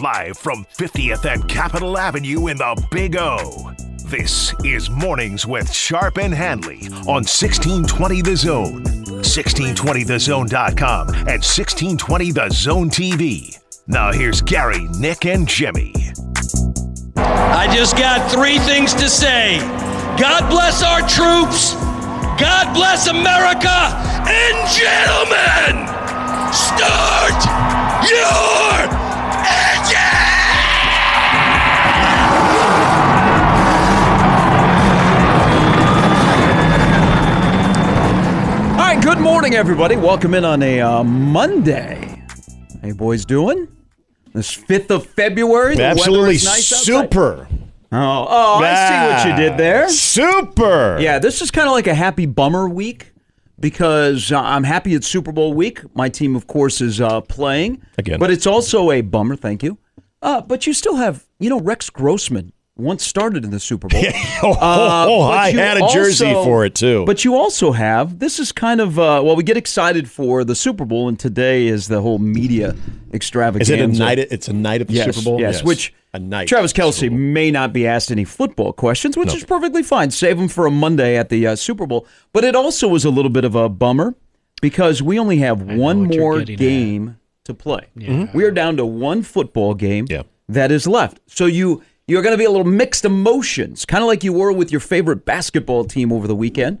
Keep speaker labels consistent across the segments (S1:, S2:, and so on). S1: Live from 50th and Capitol Avenue in the Big O. This is Mornings with Sharp and Hanley on 1620 The Zone, 1620thezone.com, and 1620 The Zone TV. Now here's Gary, Nick, and Jimmy.
S2: I just got three things to say God bless our troops, God bless America, and gentlemen, start your engine!
S3: All right, good morning, everybody. Welcome in on a uh, Monday. How you boys doing? This 5th of February. the weather
S4: Absolutely
S3: is nice outside.
S4: super.
S3: Oh, oh I see what you did there.
S4: Super.
S3: Yeah, this is kind of like a happy bummer week because uh, I'm happy it's Super Bowl week. My team, of course, is uh, playing.
S4: Again.
S3: But it's also a bummer, thank you. Uh, but you still have, you know, Rex Grossman once started in the Super Bowl.
S4: Oh,
S3: Uh,
S4: oh,
S3: but
S4: I
S3: you
S4: had a jersey
S3: also-
S4: for it too.
S3: But you also have this is kind of uh, well, we get excited for the Super Bowl, and today is the whole media
S4: is
S3: extravaganza.
S4: it a night? It's a night of the
S3: Yes,
S4: Super Bowl.
S3: Yes, which
S4: a night.
S3: Travis
S4: of the
S3: Kelsey
S4: Super Bowl.
S3: may not be asked any football questions, which is perfectly fine. Save them for a Monday at the uh, Super Bowl. But it also was a little bit of a bummer because we only have one
S5: what you're
S3: more
S5: getting at.
S3: game to play. We are down to one football game
S4: Yeah.
S3: that is left. So you you're going to be a little mixed emotions, kind of like you were with your favorite basketball team over the weekend.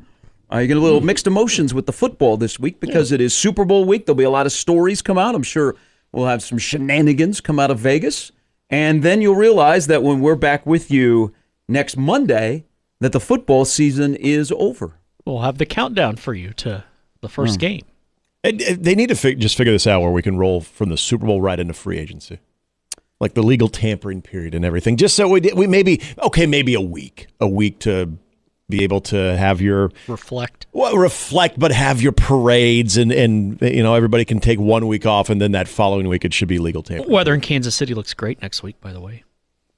S3: Uh, you're going to a little mixed emotions with the football this week because it is Super Bowl week. There'll be a lot of stories come out. I'm sure we'll have some shenanigans come out of Vegas, and then you'll realize that when we're back with you next Monday, that the football season is over.
S5: We'll have the countdown for you to the
S4: Hmm.
S5: first game.
S4: And, uh, they need to fig- just figure this out where we can roll from the Super Bowl right into free agency, like the legal tampering period and everything. Just so we did, we maybe okay, maybe a week, a week to be able to have your
S5: Reflect.
S4: well, reflect, but have your parades and and you know everybody can take one week off, and then that following week it should be legal tampering.
S5: Weather in Kansas City looks great next week, by the way.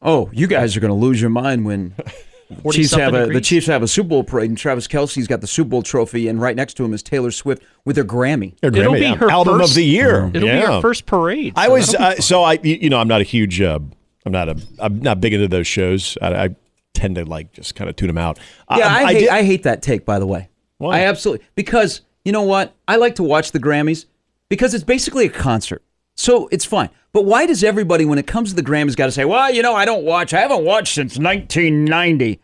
S3: Oh, you guys are going to lose your mind when
S5: 40
S3: Chiefs have
S5: something
S3: a the
S5: degrees.
S3: Chiefs have a Super Bowl parade, and Travis Kelsey's got the Super Bowl trophy, and right next to him is Taylor Swift with her Grammy.
S4: Their
S5: It'll
S4: Grammy
S5: be her
S4: album
S5: first-
S4: of the year.
S5: It'll
S4: yeah.
S5: be our first parade.
S4: I
S5: so
S4: always
S5: that'll
S4: uh, so I you you know I'm not a huge uh, I'm not a I'm not big into those shows. I, I tend to like just kind of tune them out.
S3: Yeah, I, hate
S4: did-
S3: I hate that take. By the way,
S4: Why?
S3: I absolutely because you know what I like to watch the Grammys because it's basically a concert, so it's fine. But why does everybody, when it comes to the Grammys, got to say, "Well, you know, I don't watch. I haven't watched since 1990."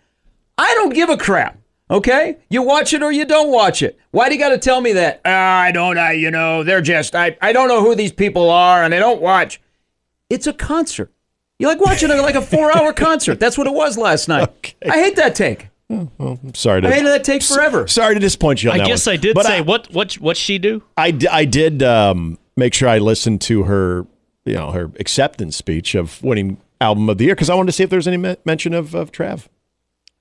S3: I don't give a crap. Okay, you watch it or you don't watch it. Why do you got to tell me that? "Ah, I don't. I you know they're just. I I don't know who these people are and I don't watch. It's a concert. You like watching a, like a four hour concert. That's what it was last night.
S4: Okay.
S3: I hate that take.
S4: I'm sorry to
S3: I hated that take forever.
S4: sorry to disappoint you. On
S5: I
S4: that
S5: guess
S4: one.
S5: I did
S4: But
S5: say
S4: I,
S5: what what what she do?
S4: I di- I did um, make sure I listened to her you know her acceptance speech of winning album of the year because I wanted to see if there was any me- mention of of Trav.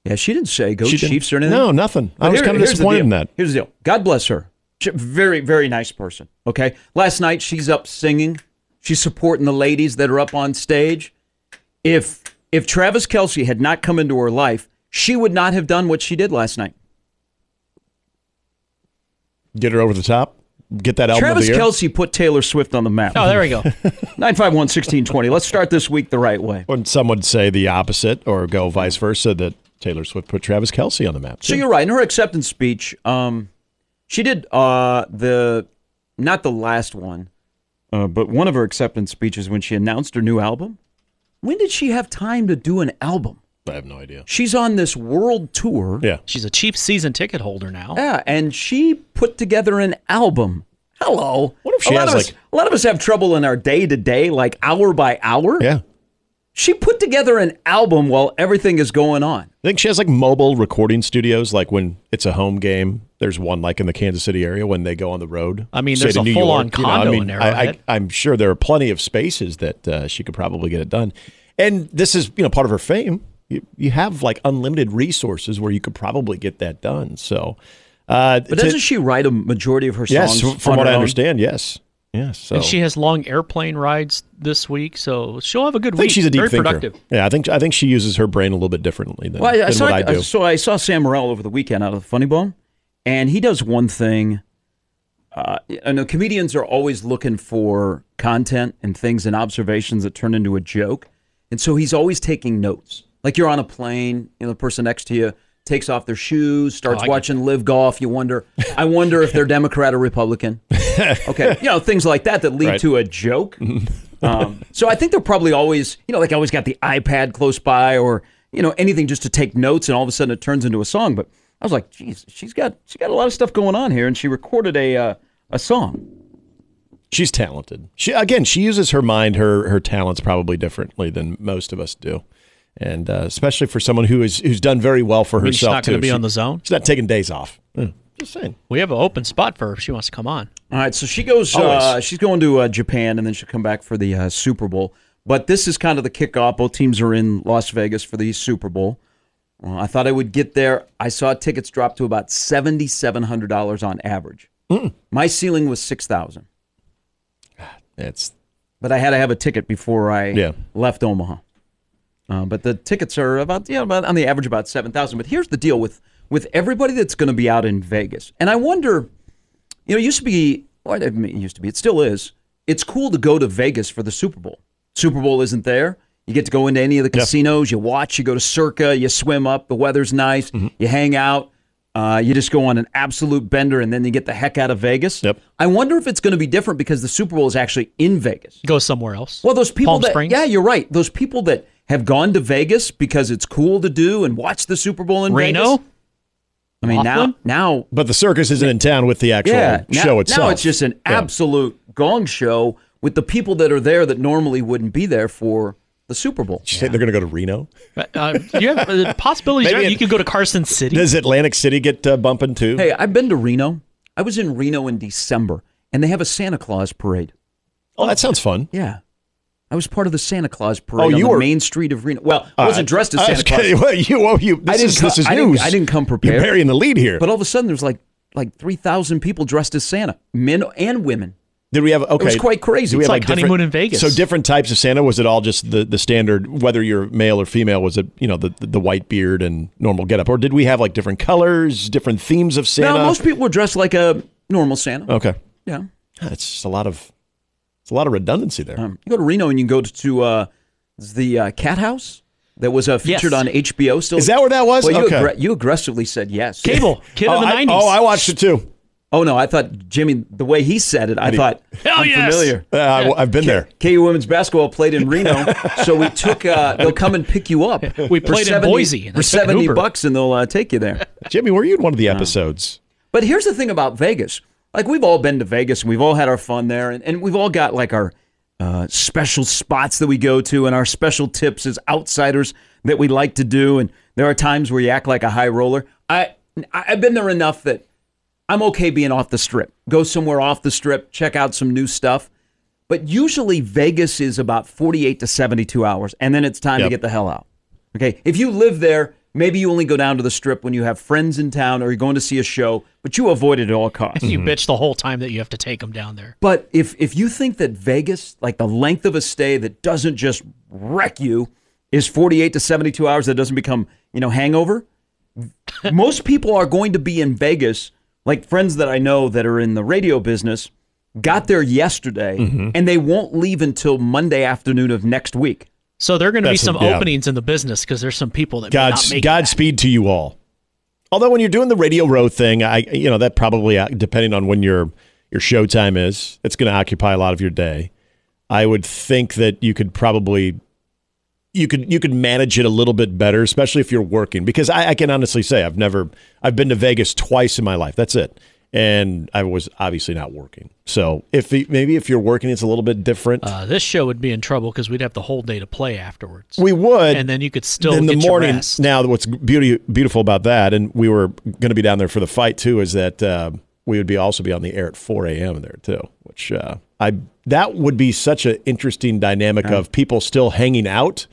S3: Yeah, she didn't say go
S4: didn't-
S3: Chiefs or anything.
S4: No, nothing. I
S3: But
S4: was
S3: here-
S4: kind of
S3: here's the
S4: disappointed in
S3: deal.
S4: that.
S3: Here's the deal. God bless her. She, very, very nice person. Okay. Last night she's up singing. She's supporting the ladies that are up on stage. If if Travis Kelsey had not come into her life, she would not have done what she did last night.
S4: Get her over the top. Get that album of
S3: Travis
S4: the year.
S3: Kelsey put Taylor Swift on the map.
S5: Oh, there we go.
S3: 951 1620. Let's start this week the right way.
S4: Or some would say the opposite, or go vice versa that Taylor Swift put Travis Kelsey on the map.
S3: So
S4: too.
S3: you're right. In her acceptance speech, um, she did uh, the not the last one, uh, but one of her acceptance speeches when she announced her new album. When did she have time to do an album?
S4: I have no idea.
S3: She's on this world tour.
S4: Yeah.
S5: She's a cheap season ticket holder now.
S3: Yeah, and she put together an album. Hello.
S4: What if she
S3: a lot
S4: has,
S3: of us,
S4: like-
S3: a lot of us have trouble in our day to day, like hour by hour.
S4: Yeah.
S3: She put together an album while everything is going on.
S4: I think she has like mobile recording studios, like when it's a home game There's one like in the Kansas City area when they go on the road.
S5: I mean,
S4: say,
S5: there's
S4: to
S5: a
S4: New
S5: full-on
S4: York, you know, I
S5: condo in
S4: mean, I-
S5: Arrowhead.
S4: I, I'm sure there are plenty of spaces that uh, she could probably get it done. And this is, you know, part of her fame. You, you have like unlimited resources where you could probably get that done. So, uh,
S3: But doesn't she write a majority of her songs?
S4: yes, from
S3: on
S4: what
S3: her
S4: I
S3: own?
S4: understand, yes, yes. So
S5: And she has long airplane rides this week, so she'll have a good
S4: I think
S5: week.
S4: she's a deep
S5: Very
S4: thinker.
S5: productive.
S4: Yeah, I think I think she uses her brain a little bit differently than,
S3: Well, I, I
S4: than
S3: saw,
S4: what I do.
S3: So I saw Sam Morril over the weekend out of the Funny Bone, and he does one thing. Uh, I know comedians are always looking for content and things and observations that turn into a joke, and so he's always taking notes. Like you're on a plane, you know, the person next to you takes off their shoes,
S4: Oh,
S3: starts
S5: I get
S3: watching live golf. You wonder, I wonder if they're Democrat or Republican. Okay, you know things like that that lead
S4: Right.
S3: to a joke. Um, so I think they're probably always, you know, like I always got the iPad close by or, you know, anything just to take notes and all of a sudden it turns into a song. But I was like, geez, she's got, she got a lot of stuff going on here and she recorded a, uh, a song.
S4: She's talented. She again, she uses her mind, her her talents probably differently than most of us do, and uh, especially for someone who is who's done very well for
S5: I mean, she's
S4: herself.
S5: not gonna
S4: too.
S5: be
S4: She-
S5: on the zone.
S4: She's not taking days off. Yeah, Just saying.
S5: We have an open spot for her if she wants to come on.
S3: All right. So she goes, uh,
S4: Always.
S3: she's going to uh, Japan and then she'll come back for the uh, Super Bowl. But this is kind of the kickoff. Both teams are in Las Vegas for the Super Bowl. Well, I thought I would get there. I saw tickets drop to about $7,700 on average. My ceiling was 6000
S4: It's
S3: but I had to have a ticket before I
S4: Yeah.
S3: left Omaha. Uh, but the tickets are about yeah, about on the average about seven thousand. But here's the deal with with everybody that's going to be out in Vegas, and I wonder, you know, it used to be, well, I mean, it used to be, it still is. It's cool to go to Vegas for the Super Bowl. Super Bowl isn't there. You get to go into any of the casinos. You watch. You go to Circa. You swim up. The weather's nice.
S4: Mm-hmm.
S3: You hang out. Uh, you just go on an absolute bender, and then you get the heck out of Vegas.
S4: Yep.
S3: I wonder if it's going to be different because the Super Bowl is actually in Vegas.
S5: Go somewhere else.
S3: Well, those people
S5: Palm
S3: that
S5: Springs.
S3: yeah, you're right. Those people that have gone to Vegas because it's cool to do and watch the Super Bowl in
S5: Reno.
S3: Vegas. I mean,
S5: Laughlin?
S3: now now
S4: but the circus isn't in town with the actual
S3: yeah, now,
S4: show itself.
S3: now it's just an
S4: Yeah.
S3: absolute gong show with the people that are there that normally wouldn't be there for the Super Bowl.
S4: Did you say they're going to go to Reno?
S5: But, Uh, you have the possibilities.
S4: Maybe
S5: are-
S4: it-
S5: you could go to Carson City.
S4: Does Atlantic City get uh, bumping too?
S3: Hey, I've been to Reno. I was in Reno in December, and they have a Santa Claus parade.
S4: oh, that sounds fun.
S3: Yeah. I was part of the Santa Claus parade
S4: Oh, you
S3: on the
S4: were-
S3: main street of Reno. Well, I wasn't
S4: Uh,
S3: dressed as
S4: I
S3: Santa
S4: was
S3: Claus.
S4: kidding. Well, you, well, you, this,
S3: I didn't
S4: is,
S3: co-
S4: this is
S3: I didn't-
S4: news.
S3: I didn't come prepared.
S4: You're burying the lead here.
S3: But all of a sudden, there's like like three thousand people dressed as Santa, men and women.
S4: Did we have okay?
S3: was quite crazy.
S4: did we
S3: It's
S4: have,
S5: like
S4: different-
S5: honeymoon in Vegas.
S4: So different types of Santa. Was it all just the, the standard? Whether you're male or female, was it you know the, the white beard and normal getup, or did we have like different colors, different themes of Santa? Oh.
S3: Now most people were dressed like a normal Santa.
S4: okay, Ah,
S3: Yeah,
S4: it's just a lot of it's a lot of redundancy there.
S3: um, you go to Reno and you go to uh, the uh, Cat House that was uh, featured
S5: Yes.
S3: on HBO. Still,
S4: Is that where that was?
S3: Well, you,
S4: Okay.
S3: aggre- you aggressively said yes.
S5: Cable kid
S4: oh,
S5: of the
S4: I,
S5: nineties.
S4: oh, I watched it too.
S3: Oh no, I thought Jimmy the way he said it. I thought
S5: Hell yes.
S3: unfamiliar.
S4: Uh, I, have been there.
S3: KU women's basketball played in Reno, so we took. Uh, they'll come and pick you up.
S5: We
S3: for
S5: played in
S3: 70
S5: Boise, and I took an
S3: for seventy
S5: Uber.
S3: bucks, and they'll uh, take you there.
S4: Jimmy, were you in one of the episodes?
S3: But here's the thing about Vegas. Like we've all been to Vegas and we've all had our fun there and, and we've all got like our uh, special spots that we go to and our special tips as outsiders that we like to do and there are times where you act like a high roller. I I- I've been there enough that I'm okay being off the strip. Go somewhere off the strip, check out some new stuff. But usually Vegas is about 48 to 72 hours and then it's time
S4: Yep.
S3: to get the hell out. Okay. If you live there, maybe you only go down to the strip when you have friends in town or you're going to see a show, but you avoid it at all costs.
S5: You
S4: Mm-hmm.
S5: bitch the whole time that you have to take them down there.
S3: But if if you think that Vegas, like the length of a stay that doesn't just wreck you, is 48 to 72 hours that doesn't become, you know, hangover, most people are going to be in Vegas, like friends that I know that are in the radio business, got there yesterday and they won't leave until Monday afternoon of next week.
S5: So there are going to be
S4: That's a-
S5: some
S4: yeah.
S5: openings in the business because there's some people that may not
S4: God's,
S5: make it.
S4: Godspeed to you all. Although when you're doing the radio row thing, I you know that probably uh, depending on when your your show time is, it's going to occupy a lot of your day. I would think that you could probably you could you could manage it a little bit better, especially if you're working. Because I, I can honestly say I've never I've been to Vegas twice in my life. That's it, and I was obviously not working. So if the, maybe if you're working, it's a little bit different.
S5: Uh, this show would be in trouble because we'd have the whole day to play afterwards.
S4: we would,
S5: and then you could still
S4: in the
S5: get your
S4: morning.
S5: rest.
S4: Now, what's beauty beautiful about that, and we were going to be down there for the fight too, is that uh, we would be also be on the air at 4 a.m. there too, which uh, I that would be such an interesting dynamic of people still hanging out.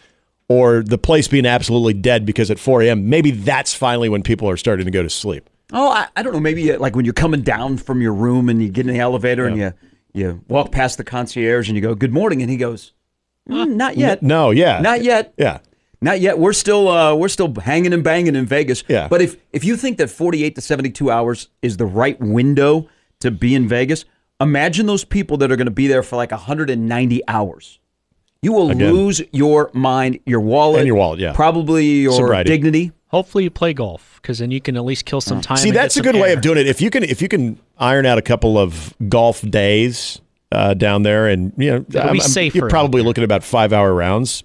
S4: Or the place being absolutely dead because at 4 a.m. maybe that's finally when people are starting to go to sleep.
S3: Oh, I, I don't know. Maybe uh, like when you're coming down from your room and you get in the elevator and you you walk past the concierge and you go, "Good morning," and he goes, "Mm, "Not yet,
S4: No, yeah,
S3: not yet,
S4: yeah.
S3: not yet." We're still uh, we're still hanging and banging in Vegas.
S4: Yeah.
S3: But if if you think that 48 to 72 hours is the right window to be in Vegas, imagine those people that are going to be there for like 190 hours. You will
S4: Again.
S3: lose your mind, your wallet,
S4: And your wallet, yeah.
S3: probably your
S4: Sobriety.
S3: dignity.
S5: Hopefully, you play golf because then you can at least kill some time.
S4: Mm. See,
S5: and get
S4: that's a
S5: some
S4: good way
S5: air.
S4: of doing it. If you can, if you can iron out a couple of golf days uh, down there, and you know,
S5: be safer
S4: You're
S5: out
S4: probably looking at about five hour rounds.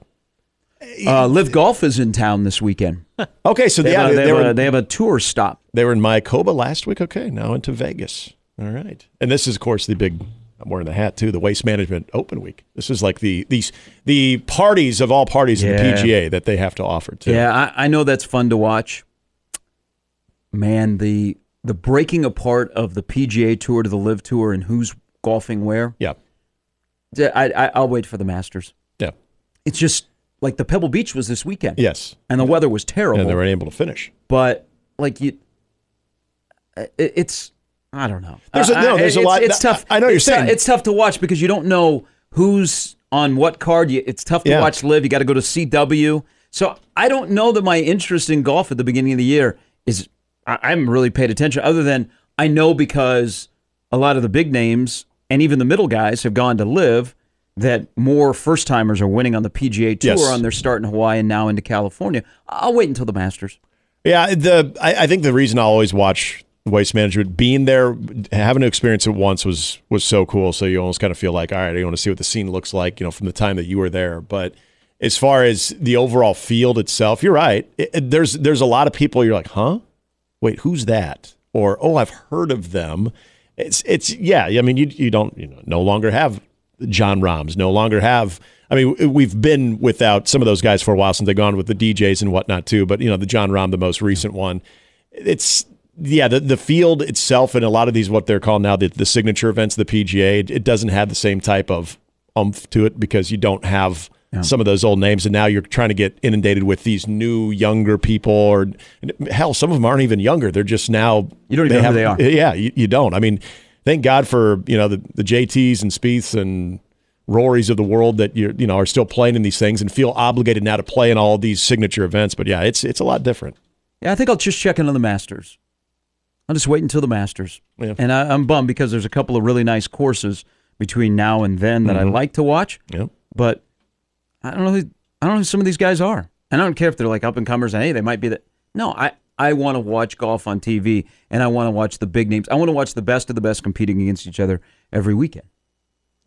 S3: Uh, Live Golf is in town this weekend.
S4: Okay, so
S3: They,
S4: yeah,
S3: have, a,
S4: they,
S3: they, have
S4: were
S3: a, they have a tour stop.
S4: they were in Mayakoba last week. Okay, now into Vegas. All right, and this is of course the big. I'm wearing the hat too. The Waste Management Open Week. This is like the these the parties of all parties in
S3: Yeah.
S4: the PGA that they have to offer too.
S3: Yeah, I, I know that's fun to watch. Man, the the breaking apart of the PGA Tour to the Live Tour and who's golfing where.
S4: yeah,
S3: D- I, I I'll wait for the Masters.
S4: yeah.
S3: It's just like the Pebble Beach was this weekend.
S4: yes.
S3: and the weather was terrible.
S4: And they were able to finish.
S3: but like you, it, it's I don't know.
S4: There's a-
S3: I-
S4: no,
S3: I-
S4: there's a
S3: it's-
S4: lot-
S3: It's tough.
S4: I know what you're
S3: It's tou-
S4: saying.
S3: it's tough to watch because you don't know who's on what card. You, it's tough to
S4: Yeah.
S3: watch live. You got to go to CW. So I don't know that my interest in golf at the beginning of the year is. I, I haven't really paid attention, other than I know because a lot of the big names and even the middle guys have gone to live. That more first timers are winning on the PGA Tour
S4: Yes.
S3: on their start in Hawaii and now into California. I'll wait until the Masters.
S4: Yeah, the I, I think the reason I always watch waste management being there, having to experience it once was was so cool. So you almost kind of feel like, all right, I want to see what the scene looks like, you know, from the time that you were there. But as far as the overall field itself, you're right. It- it- there's there's a lot of people. You're like, huh? Wait, who's that? Or oh, I've heard of them. It's it's yeah. I mean, you you don't you know, no longer have John Rahms, no longer have. I mean, we've been without some of those guys for a while since they've gone with the DJs and whatnot too. But you know, the John Rahm, the most recent one, it's yeah. The the field itself and a lot of these what they're called now the the signature events, the PGA, it- it doesn't have the same type of umph to it because you don't have some of those old names, and now you're trying to get inundated with these new younger people, or hell, some of them aren't even younger. They're just now
S3: You don't even know who
S4: have-
S3: they are.
S4: Yeah, you, you don't. I mean, thank God for you know the the JTs and Spieths and Rorys of the world that you you know are still playing in these things and feel obligated now to play in all these signature events. But yeah, it's it's a lot different.
S3: Yeah, I think I'll just check in on the Masters. I'll just wait until the Masters.
S4: Yeah.
S3: And I, I'm bummed because there's a couple of really nice courses between now and then that
S4: Mm-hmm.
S3: I like to watch,
S4: Yeah.
S3: but I don't know who I don't know who some of these guys are. And I don't care if they're like up and comers and hey, they might be that. No, I I want to watch golf on TV and I want to watch the big names. I want to watch the best of the best competing against each other every weekend.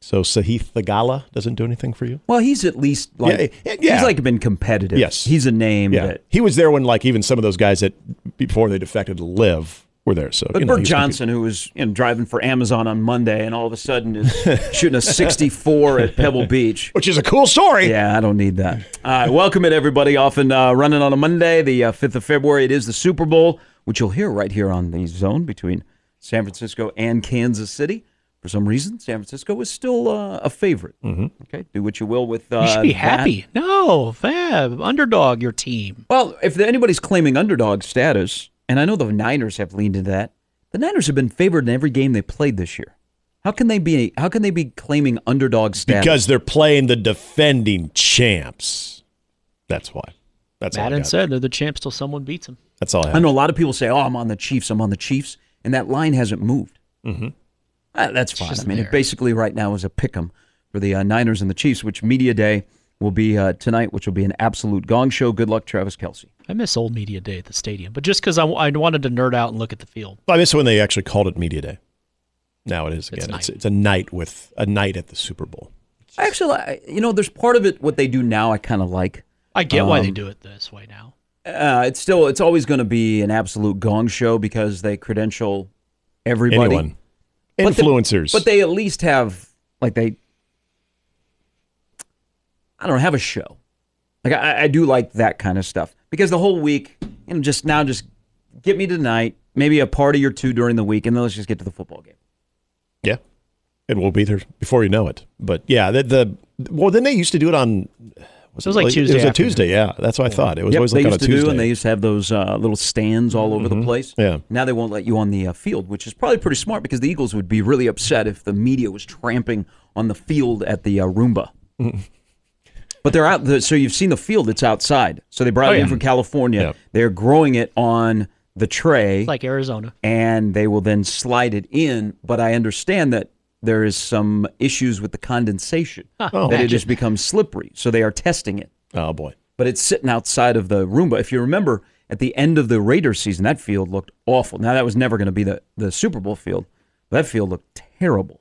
S4: So Sahith Thagala doesn't do anything for you.
S3: Well, he's at least like
S4: Yeah, yeah, yeah.
S3: he's like been competitive.
S4: Yes.
S3: He's a name that
S4: he was there when like even some of those guys that before they defected to live were there. So
S3: But
S4: you know,
S3: Bert
S4: he's competing.
S3: Johnson, who was you know, driving for Amazon on Monday, and all of a sudden is shooting a 64 at Pebble Beach.
S4: which is a cool story.
S3: Yeah, I don't need that. All right, welcome it, everybody. Often uh, running on a Monday, the uh, 5th of February. It is the Super Bowl, which you'll hear right here on the zone between San Francisco and Kansas City. For some reason, San Francisco is still uh, a favorite. Okay, do what you will with. Uh,
S5: You should be
S3: that.
S5: happy. No, Fab, underdog your team.
S3: Well, if anybody's claiming underdog status, and I know the Niners have leaned into that, the Niners have been favored in every game they played this year. How can they be? How can they be claiming underdog status?
S4: because they're playing the defending champs. That's why. That's all I
S5: Madden
S4: got.
S5: said they're the champs till someone beats them.
S4: That's all I
S3: I
S4: have.
S3: know a lot of people say, "Oh, I'm on the Chiefs. I'm on the Chiefs," and that line hasn't moved. Mm-hmm. that's fine. I
S5: just
S3: mean, it
S5: there.
S3: basically right now is a pick 'em for the uh, Niners and the Chiefs, which media day will be uh, tonight, which will be an absolute gong show. Good luck, Travis Kelsey.
S5: I miss old media day at the stadium, but just because I, I wanted to nerd out and look at the field.
S4: I miss when they actually called it media day. Now it is again.
S5: It's
S4: It's, it's,
S5: night.
S4: a night with a night at the Super Bowl.
S3: Actually, I- you know, there's part of it what they do now I kind of like.
S5: I get why they
S3: Um,
S5: do it this way now.
S3: uh, it's still it's always going to be an absolute gong show because they credential everybody.
S4: Anyone.
S3: But the-
S4: Influencers.
S3: But they at least have like they I don't know, have a show. Like I, I do like that kind of stuff. Because the whole week, you know, just now just get me tonight, maybe a party or two during the week, and then let's just get to the football game.
S4: Yeah. And we'll be there before you know it. But yeah, the, the well, then they used to do it on. Was
S5: It was like
S4: It
S5: Tuesday
S4: was a
S5: afternoon.
S4: Tuesday, yeah. That's what I thought. It was
S3: Yep,
S4: always
S3: they
S4: like on
S3: used
S4: a
S3: to
S4: Tuesday. Mm-hmm.
S3: do, and they used to have those uh, little stands all over the place.
S4: Yeah.
S3: Now they won't let you on the uh, field, which is probably pretty smart because the Eagles would be really upset if the media was tramping on the field at the uh, Roomba.
S4: Mm-hmm.
S3: but they're out. The, so you've seen the field; it's outside. So they brought it in from California.
S4: Oh, Yeah.
S3: They're growing it on the tray,
S5: It's like Arizona.
S3: and they will then slide it in. But I understand that there is some issues with the condensation
S4: Oh.
S3: that it has become slippery. So they are testing it
S4: oh, boy.
S3: but it's sitting outside of the Roomba. If you remember, at the end of the Raiders season, that field looked awful. Now that was never going to be the, the Super Bowl field, but that field looked terrible.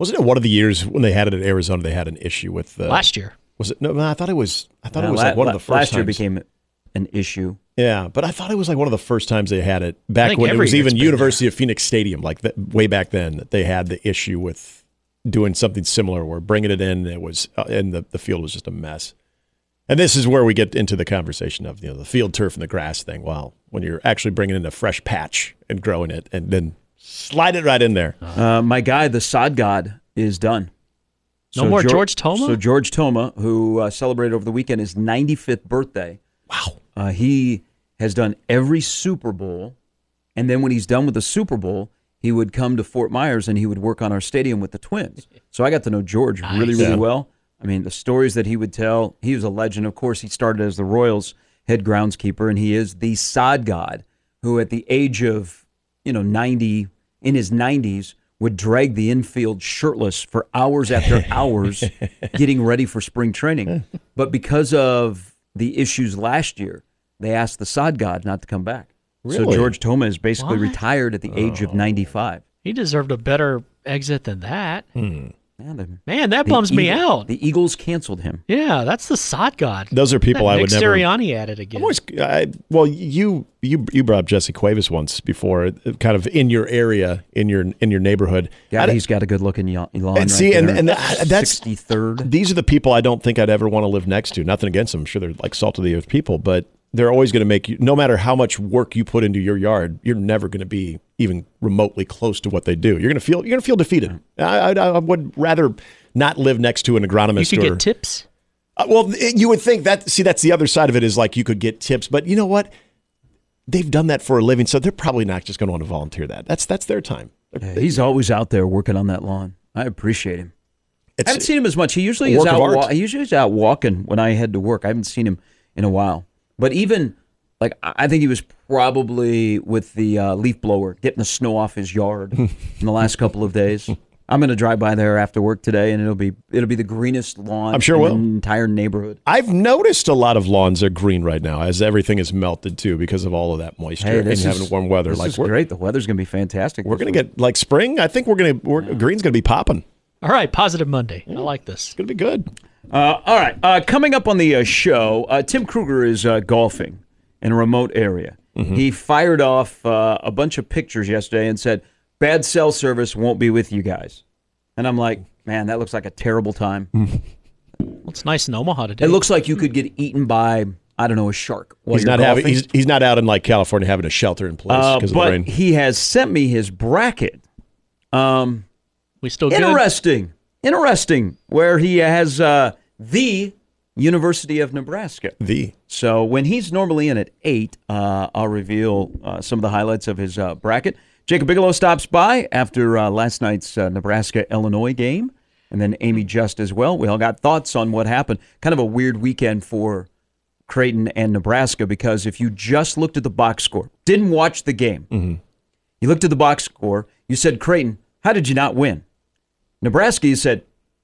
S4: Wasn't it one of the years when they had it in Arizona? They had an issue with the
S5: Last year.
S4: Was it? No, no, I thought it was. I thought
S3: Now,
S4: it was
S3: la-
S4: like one of
S3: la-
S4: the first.
S3: last year
S4: times-
S3: became an issue.
S4: Yeah, but I thought it was like one of the first times they had it back
S5: think
S4: when it
S5: every
S4: was
S5: year
S4: even
S5: it's been
S4: University of Phoenix Stadium, like that way back then. That they had the issue with doing something similar, where bringing it in, it was, uh, and the, the field was just a mess. And this is where we get into the conversation of you know the field turf and the grass thing. Well, when you're actually bringing in a fresh patch and growing it, and then slide it right in there.
S3: Uh, my guy, the sod god, is done.
S5: No more George Toma?
S3: So George Toma, who uh, celebrated over the weekend his 95th birthday. Wow. Uh, he has done every Super Bowl, and then when he's done with the Super Bowl, he would come to Fort Myers and he would work on our stadium with the Twins. So I got to know George really, really
S4: Yeah.
S3: well. I mean, the stories that he would tell, he was a legend. Of course, he started as the Royals head groundskeeper, and he is the sod god who, at the age of, you know, 90, in his 90s, would drag the infield shirtless for hours after hours getting ready for spring training. But because of the issues last year, they asked the sod god not to come back. So
S4: Really?
S3: George Toma is basically
S5: What?
S3: retired at the age of 95.
S5: He deserved a better exit than that.
S4: Hmm.
S3: Yeah, the-
S5: Man, that
S3: the
S5: bums me
S3: Eagle-
S5: out.
S3: The Eagles canceled him.
S5: Yeah, that's the sod god.
S4: Those are people
S5: That
S4: I
S5: Nick
S4: would never.
S5: Sirianni at it again.
S4: I'm always, I, well, you you you brought up Jesse Cuevas once before, uh, kind of in your area, in your in your neighborhood. I
S3: God,
S4: don't-
S3: he's got a good looking yawn.
S4: and see, and, and I- that's
S3: 63rd.
S4: these are the people I don't think I'd ever want to live next to. Nothing against them, I'm sure they're like salt of the earth people, but they're always going to make you. No matter how much work you put into your yard, you're never going to be even remotely close to what they do. You're going to feel you're going to feel defeated.
S5: Mm.
S4: I, I, I would rather not live next to an
S5: you
S4: agronomist
S5: could
S4: or
S5: get tips.
S4: uh, well, it- you would think that. See, that's the other side of it is like you could get tips, but you know what? They've done that for a living, so they're probably not just going to want to volunteer that. That's that's their time. They're-
S3: Yeah, he's always out there working on that lawn. I appreciate him. I haven't
S4: It's,
S3: seen him as much. He usually
S4: a
S3: is
S4: work of
S3: out.
S4: art.
S3: Wa- he usually is out walking when I head to work. I haven't seen him in a while. But even like I I think he was probably with the uh, leaf blower getting the snow off his yard in the last couple of days. I'm gonna drive by there after work today, and it'll be it'll be the greenest lawn.
S4: I'm sure it
S3: in
S4: will.
S3: the entire neighborhood.
S4: I've noticed a lot of lawns are green right now as everything is melted too because of all of that moisture
S3: Hey,
S4: and
S3: this
S4: having
S3: is-
S4: warm weather.
S3: This
S4: Like
S3: is
S4: we're,
S3: great. The weather's gonna be fantastic.
S4: we're
S3: this
S4: going to
S3: week.
S4: get like spring. I think we're going to we're, green's going to be popping.
S5: All right, positive Monday. I like this.
S4: It's going to be good.
S3: Uh, all right. Uh, coming up on the uh, show, uh, Tim Kruger is uh, golfing in a remote area.
S4: Mm-hmm.
S3: He fired off uh, a bunch of pictures yesterday and said, "Bad cell service won't be with you guys." And I'm like, "Man, that looks like a terrible time.
S4: Mm-hmm.
S5: Well, it's nice in Omaha today.
S3: It looks like you could get eaten by I don't know a shark." While
S4: He's
S3: you're
S4: not having
S3: golfing.
S4: he's, he's not out in like California having a shelter in place
S3: Uh,
S4: because of the
S3: but
S4: rain.
S3: he has sent me his bracket. Um,
S5: we still good.
S3: interesting, interesting. Where he has uh, the University of Nebraska.
S4: the
S3: So when he's normally in at eight, uh, I'll reveal uh, some of the highlights of his uh, bracket. Jacob Bigelow stops by after uh, last night's uh, Nebraska Illinois game, and then Amy Just as well. We all got thoughts on what happened. Kind of a weird weekend for Creighton and Nebraska because if you just looked at the box score, didn't watch the game,
S4: Mm-hmm.
S3: you looked at the box score, you said, Creighton, how did you not win? Nebraska, you said,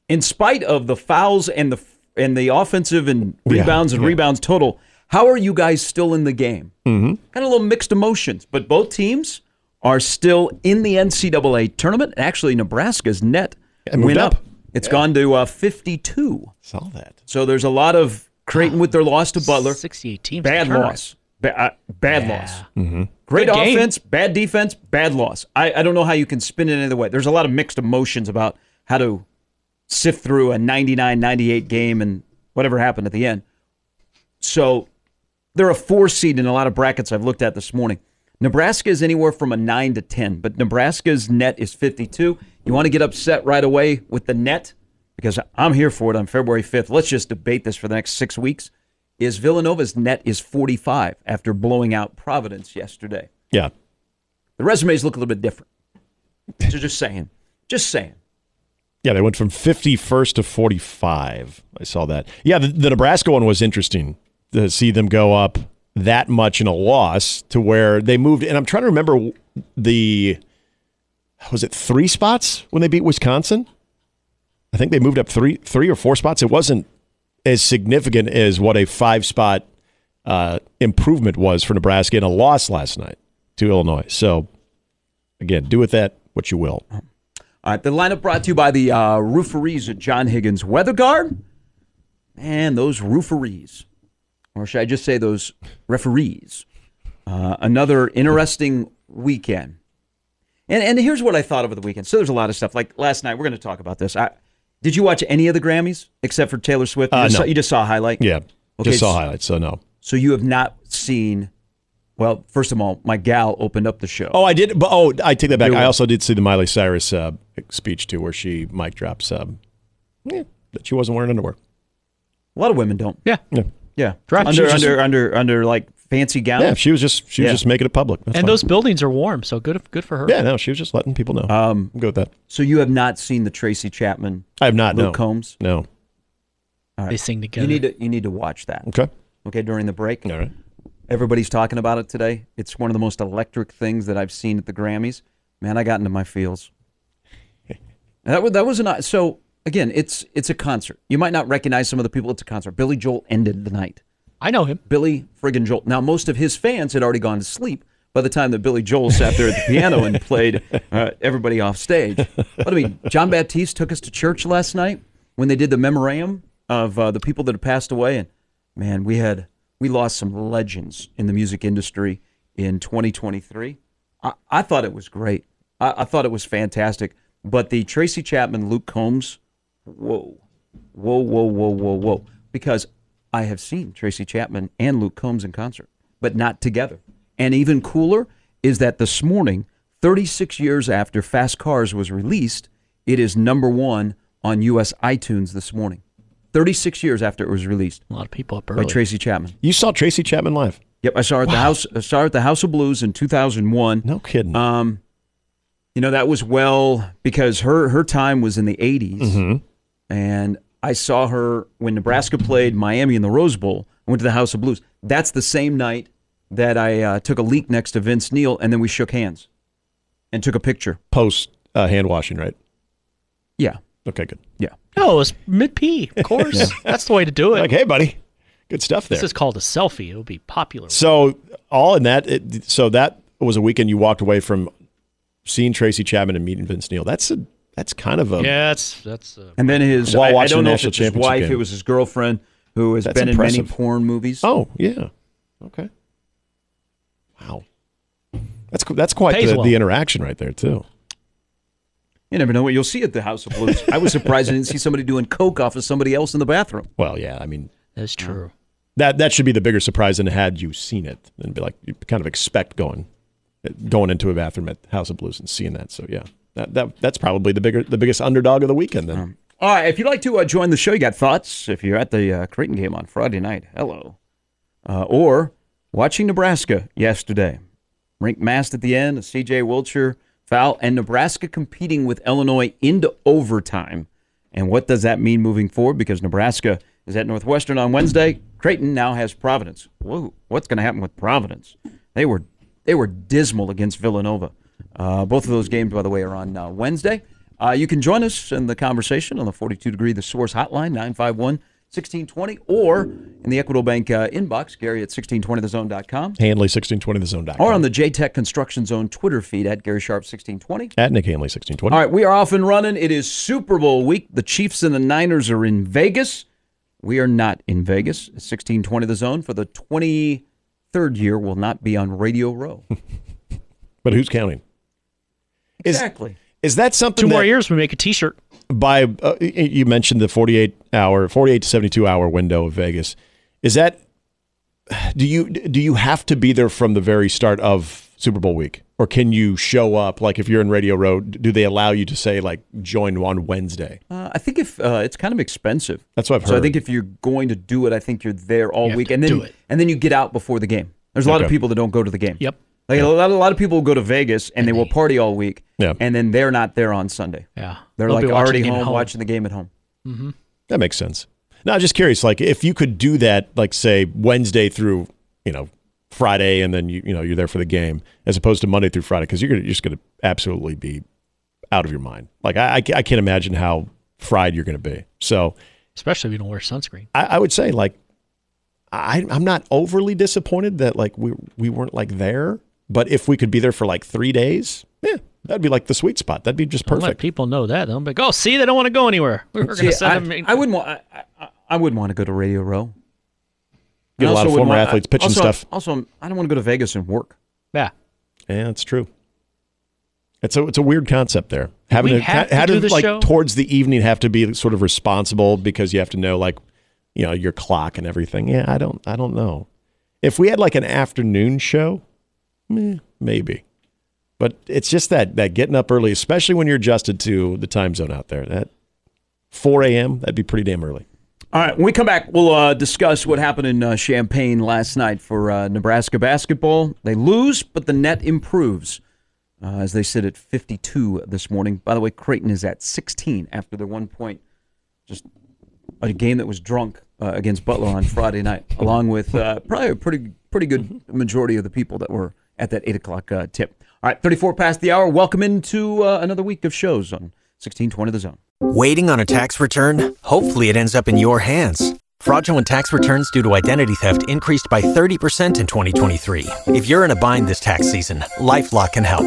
S3: in spite of the fouls and the and the offensive and
S4: Yeah,
S3: rebounds and
S4: yeah.
S3: rebounds total, how are you guys still in the game? Mm-hmm. Got a little mixed emotions, but both teams are still in the NCAA tournament. And actually, Nebraska's net
S4: Yeah, moved
S3: went
S4: up.
S3: up. It's gone to uh, 52.
S4: saw that.
S3: So there's a lot of Creighton with their loss to Butler.
S5: 68 teams. in the
S3: Bad
S5: tournament.
S3: loss. Ba- uh, bad loss. Great
S5: Good game.
S3: offense, bad defense, bad loss. I, I don't know how you can spin it any other way. There's a lot of mixed emotions about how to sift through a 99 98 game and whatever happened at the end. So they're a four seed in a lot of brackets I've looked at this morning. Nebraska is anywhere from a nine to 10, but Nebraska's net is 52. You want to get upset right away with the net? Because I'm here for it on February 5th. Let's just debate this for the next six weeks. Is Villanova's net is 45 after blowing out Providence yesterday?
S4: Yeah.
S3: The resumes look a little bit different. So just saying, just saying.
S4: Yeah, they went from 51st to 45. I saw that. Yeah, the, the Nebraska one was interesting to see them go up that much in a loss to where they moved. And I'm trying to remember the, was it three spots when they beat Wisconsin? I think they moved up three, three or four spots. It wasn't as significant as what a five spot uh, improvement was for Nebraska in a loss last night to Illinois. So, again, do with that what you will.
S3: All right, the lineup brought to you by the uh, rooferees at John Higgins Weather Guard. Man, those rooferees. Or should I just say those referees? Uh, another interesting weekend. And, and here's what I thought over the weekend. So there's a lot of stuff. Like last night, we're going to talk about this. I, did you watch any of the Grammys except for Taylor Swift? You,
S4: Uh,
S3: just,
S4: no.
S3: saw, you just saw a highlight?
S4: Yeah.
S3: Okay,
S4: just saw
S3: so-
S4: highlights, so no.
S3: So you have not seen. Well, first of all, my gal opened up the show.
S4: Oh, I did. But oh, I take that back.
S3: You're
S4: I
S3: welcome.
S4: also did see the Miley Cyrus uh, speech too, where she mic drops um, yeah, that she wasn't wearing underwear.
S3: A lot of women don't.
S5: Yeah.
S3: Yeah,
S5: Correct.
S3: under
S5: She's just-
S3: under under under like fancy gowns.
S4: Yeah, she was just she
S3: Yeah.
S4: was just making it public. That's
S5: And
S4: fine.
S5: those buildings are warm, so good good for her.
S4: yeah, no, she was just letting people know.
S3: Uh,
S4: Um, go with that.
S3: So you have not seen the Tracy Chapman,
S4: I have not.
S3: Luke
S4: no.
S3: Combs.
S4: No.
S5: They sing together.
S3: You need to you need to watch that.
S4: Okay.
S3: Okay, during the break,
S4: All right.
S3: everybody's talking about it today. It's one of the most electric things that I've seen at the Grammys. Man, I got into my feels. that was that was an so again, it's it's a concert. You might not recognize some of the people. It's a concert. Billy Joel ended the night.
S5: I know him.
S3: Billy friggin' Joel. Now, most of his fans had already gone to sleep by the time that Billy Joel sat there at the piano and played uh, everybody off stage. But I mean, John Baptiste took us to church last night when they did the memoriam of uh, the people that had passed away, and man, we had we lost some legends in the music industry in 2023. I, I thought it was great. I, I thought it was fantastic. But the Tracy Chapman, Luke Combs, whoa, whoa, whoa, whoa, whoa, whoa. Because I have seen Tracy Chapman and Luke Combs in concert, but not together. And even cooler is that this morning, 36 years after Fast Cars was released, it is number one on U.S. iTunes this morning. 36 years after it was released
S5: A lot of people up
S3: by
S5: early.
S3: Tracy Chapman.
S4: You saw Tracy Chapman live?
S3: Yep, I saw her at the house. I saw her at the House of Blues in 2001.
S4: No kidding.
S3: Um, you know that was well because her her time was in the 80s,
S4: Mm-hmm.
S3: and I saw her when Nebraska played Miami in the Rose Bowl. I went to the House of Blues. That's the same night that I uh, took a leak next to Vince Neil, and then we shook hands and took a picture.
S4: Post uh, hand washing, right?
S3: Yeah,
S4: Okay, good.
S3: yeah.
S5: No, it's mid P, of course. That's the way to do it.
S4: Like, hey, buddy, good stuff there.
S5: This is called a selfie. It'll be popular.
S4: So all in that, it, so that was a weekend you walked away from seeing Tracy Chapman and meeting Vince Neil. That's a that's kind of a
S5: yeah, that's that's uh,
S3: And then his
S4: While
S3: I, I
S4: watching
S3: don't know
S4: the
S3: if
S4: national
S3: it's his
S4: championship
S3: wife,
S4: game.
S3: it was his girlfriend who has
S4: That's
S3: been in
S4: impressive.
S3: many porn movies.
S4: Oh yeah. Okay. Wow. That's that's quite
S5: Pays
S4: the,
S5: well.
S4: the interaction right there too.
S3: You never know what you'll see at the House of Blues. I was surprised I didn't see somebody doing coke off of somebody else in the bathroom.
S4: Well, yeah. I mean
S5: that's true.
S4: that that should be the bigger surprise than had you seen it and be like you kind of expect going eh, going into a bathroom at House of Blues and seeing that. So yeah, that, that that's probably the bigger the biggest underdog of the weekend then.
S3: All right, if you'd like to uh, join the show, you got thoughts. If you're at the uh, Creighton game on Friday night, hello. Uh, or watching Nebraska yesterday. Rink masked at the end, a CJ Wilcher foul, and Nebraska competing with Illinois into overtime. And what does that mean moving forward? Because Nebraska is at Northwestern on Wednesday. Creighton now has Providence. Whoa, what's going to happen with Providence? They were they were dismal against Villanova. Uh, both of those games, by the way, are on uh, Wednesday. Uh, you can join us in the conversation on the 42 Degree The Source Hotline, 951 1620, or in the Equitable Bank uh, inbox, Gary at 1620thezone.com,
S4: Handley sixteen twenty the zone
S3: or on the JTech Construction Zone Twitter feed at Gary Sharp 1620.
S4: at Nick Hanley sixteen twenty.
S3: All right, we are off and running. It is Super Bowl week. The Chiefs and the Niners are in Vegas. We are not in Vegas. It's 1620 the zone for the 25th third year will not be on Radio Row.
S4: But who's counting? Is-
S3: exactly.
S4: Is that something
S5: Two more
S4: that-
S5: years, we make a T-shirt.
S4: by uh, you mentioned the 48 hour 48 to 72 hour window of Vegas is that do you do you have to be there from the very start of Super Bowl week or can you show up like if you're in Radio Row do they allow you to say like join on Wednesday
S3: Uh, I think if uh, it's kind of expensive.
S4: That's what I've
S3: So I
S4: heard.
S3: think if you're going to do it, I think you're there all
S5: have
S3: week,
S5: to
S3: and then
S5: do it.
S3: and then you get out before the game. There's a lot of
S4: Okay.
S3: people that don't go to the game.
S5: Yep.
S3: Like a lot, a lot of people go to Vegas and, they, will party all week.
S4: Yeah.
S3: And then they're not there on Sunday.
S5: Yeah.
S3: They're
S5: They'll
S3: like
S5: be watching
S3: already
S5: the game at
S3: home,
S5: home.
S3: watching the game at home.
S4: that makes sense no I'm just curious like if you could do that like say Wednesday through you know Friday and then you you know you're there for the game as opposed to Monday through Friday because you're, gonna, you're just going to absolutely be out of your mind like I, I ca- I can't imagine how fried you're going to be so
S5: Especially if you don't wear sunscreen.
S4: I, I would say like I, I'm not overly disappointed that like we we weren't like there, but if we could be there for like three days, yeah, that'd be like the sweet spot. That'd be just
S5: Don't Let
S4: perfect.
S5: people know that. They'll be like, oh, see, they don't want to go anywhere. We were going to
S3: See, I,
S5: send them.
S3: I wouldn't want. I, I, I wouldn't want to go to Radio Row.
S4: Get
S3: And
S4: a lot
S3: also
S4: of
S3: wouldn't
S4: former
S3: want-
S4: athletes pitching
S3: also-
S4: stuff.
S3: Also, I'm- I don't want to go to Vegas and work.
S5: Yeah.
S4: Yeah, that's true. It's a it's a weird concept there. Having
S5: we
S4: to,
S5: have to
S4: how
S5: do the
S4: like
S5: show?
S4: towards the evening have to be sort of responsible because you have to know like you know your clock and everything. Yeah, I don't I don't know. If we had like an afternoon show, meh, maybe. But it's just that that getting up early, especially when you're adjusted to the time zone out there. That 4 a.m. That'd be pretty damn early.
S3: All right, when we come back, we'll uh, discuss what happened in uh, Champaign last night for uh, Nebraska basketball. They lose, but the net improves uh, as they sit at 52 this morning. By the way, Creighton is at 16 after their one point, just a game that was drunk uh, against Butler on Friday night, along with uh, probably a pretty pretty good majority of the people that were at that 8 o'clock uh, tip. All right, 34 past the hour. Welcome into uh, another week of shows on 1620 The Zone.
S6: Waiting on a tax return? Hopefully, it ends up in your hands. Fraudulent tax returns due to identity theft increased by 30% in 2023. If you're in a bind this tax season, LifeLock can help.